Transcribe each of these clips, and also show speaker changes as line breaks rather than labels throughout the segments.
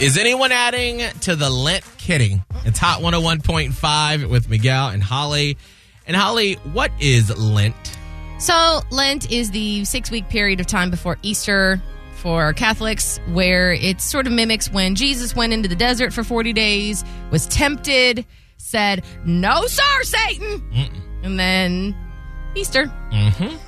Is anyone adding to the Lent kidding? It's Hot 101.5 with Miguel and Holly. And Holly, what is Lent?
So, Lent is the six week period of time before Easter for Catholics, where it sort of mimics when Jesus went into the desert for 40 days, was tempted, said, No, sir, Satan. And then Easter.
Mm-hmm.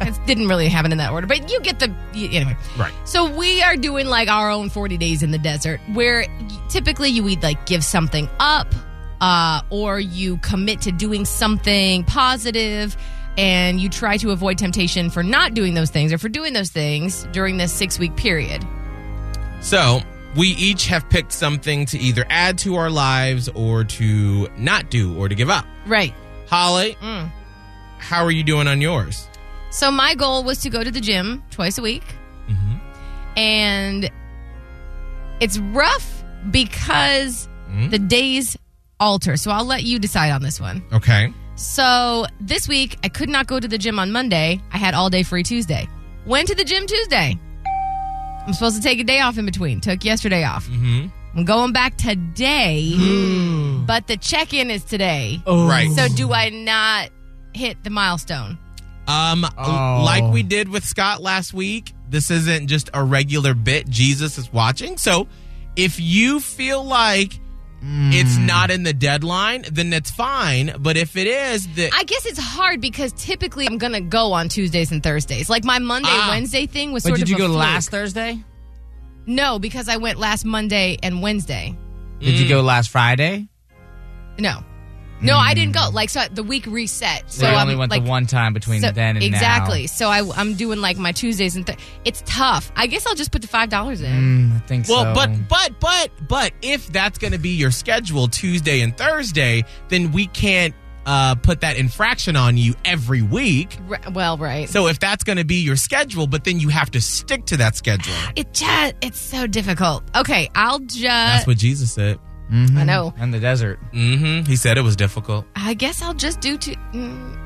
It didn't really happen in that order, but you get the. y- Anyway.
Right.
So we are doing like our own 40 days in the desert where y- typically you would like give something up uh, or you commit to doing something positive and you try to avoid temptation for not doing those things or for doing those things during this six week period.
So we each have picked something to either add to our lives or to not do or to give up.
Right.
Holly, how are you doing on yours?
So my goal was to go to the gym twice a week.
Mm-hmm.
And it's rough because the days alter. So I'll let you decide on this one.
Okay.
So this week, I could not go to the gym on Monday. I had all day free Tuesday. Went to the gym Tuesday. I'm supposed to take a day off in between. Took yesterday off.
Mm-hmm.
I'm going back today,
Hmm.
but the check in is today.
Oh.
Right.
So do I not hit the milestone?
Um,
Oh.
like we did with Scott last week, this isn't just a regular bit. Jesus is watching. So if you feel like it's
Hmm.
not in the deadline, then that's fine. But if it is, the,
I guess it's hard because typically I'm gonna go on Tuesdays and Thursdays. Like my Monday
Ah.
Wednesday thing was
But
sort
did
of
you
a
go
fluke.
last Thursday?
No, because I went last Monday and Wednesday.
Did you go last Friday?
No, no, I didn't go. Like so, the week reset. So
Hmm. So I
I'm
only went
like,
the one time between
so-
then and
exactly. So I, I'm doing like my Tuesdays and th- it's tough. I guess I'll just put the five dollars
now.
in.
Mm, I think
well,
so.
but but but but if that's going to be your schedule Tuesday and Thursday, then we can't uh, put that infraction on you every week.
Re- well, right.
So if that's going to be your schedule, but then you have to stick to that schedule.
it just it's so difficult. Okay, I'll just.
That's what Jesus said.
Mhm.
I know.
And the desert.
hmm He said it was difficult.
I guess I'll just do two. Mm,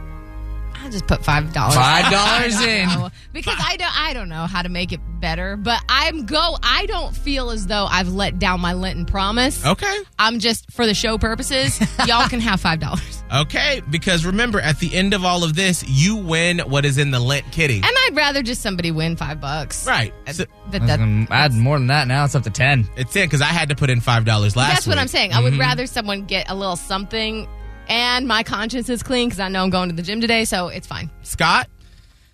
I'll just put five dollars.
Five dollars in.
because I don't. I don't know how to make it better. But I'm go. I don't feel as though I've let down my Lenten promise.
Oh.
Okay.
I'm just for the show purposes. y'all can have five dollars,
Okay, because remember, at the end of all of this, you win what is in the Lent kitty.
and I'd rather just somebody win five bucks.
Right. So
That,
I was
that,
gonna add more than that. Now it's up to ten.
it's in because I had to put in $5 last
that's what
week.
I'm saying. I would
Mm-hmm.
rather someone get a little something, and my conscience is clean because I know I'm going to the gym today, so it's fine.
Scott?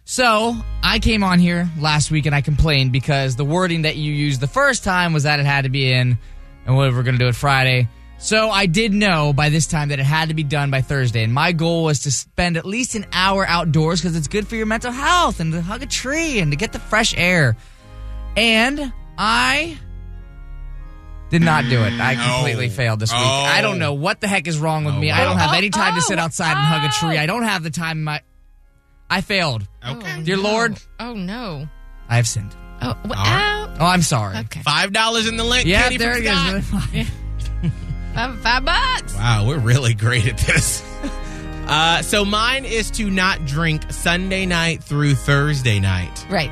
So I came on here last week and I complained because the wording that you used the first time was that it had to be in, and we were going to do it Friday. So I did know by this time that it had to be done by Thursday, and my goal was to spend at least an hour outdoors because it's good for your mental health and to hug a tree and to get the fresh air. And I did not do it. I completely failed this week. I don't know what the heck is wrong with me. I don't have any time to sit outside and hug a tree. I don't have the time. in My I failed.
Okay.
Dear Lord,
Oh no.
I have sinned.
Oh, w-
right.
ow.
Oh, I'm sorry.
okay.
$5 in the Lent
Yeah,
kitty.
there
from
it
Scott.
is.
Five, five bucks.
Wow, we're really great at this. Uh, so mine is to not drink Sunday night through Thursday night.
Right.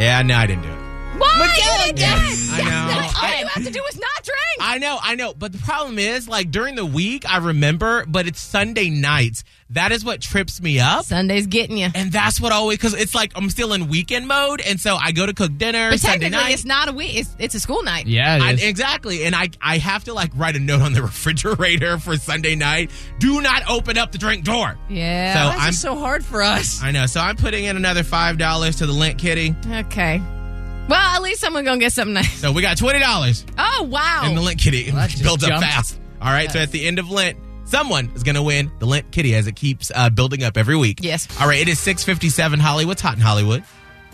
Yeah, no, I didn't do it.
Why? You did that?
Yes, I know.
That's all
I-
you have to do is not drink.
I know, I know. But the problem is, like, during the week, I remember, but it's Sunday nights. That is what trips me up.
Sunday's getting you.
And that's what always because it's like I'm still in weekend mode, and so I go to cook dinner
But
Sunday
technically,
night.
it's not a week. It's, it's a school night.
yeah,
I-
it is.
exactly, and I I have to like write a note on the refrigerator for Sunday night. Do not open up the drink door.
Yeah.
So I'm
so hard for us.
I know. So I'm putting in another five dollars to the Lent Kitty.
okay. Well, at least someone gonna get something nice.
So we got twenty dollars
Oh
in the
wow.
Lent Kitty.
that just
builds up
jumped.
fast. All right. So at the end of Lent, someone is going to win the Lent Kitty as it keeps uh, building up every week.
Yes.
All right. It is six fifty seven. Hollywood's hot in Hollywood.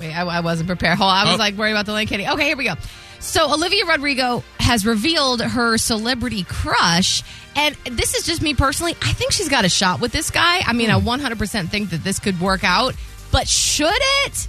Wait, I, I wasn't prepared. Hold on. I was
Oh.
like worried about the link kitty. Okay, here we go. So Olivia Rodrigo has revealed her celebrity crush, and this is just me personally. I think she's got a shot with this guy. I mean, I 100% think that this could work out, but should it?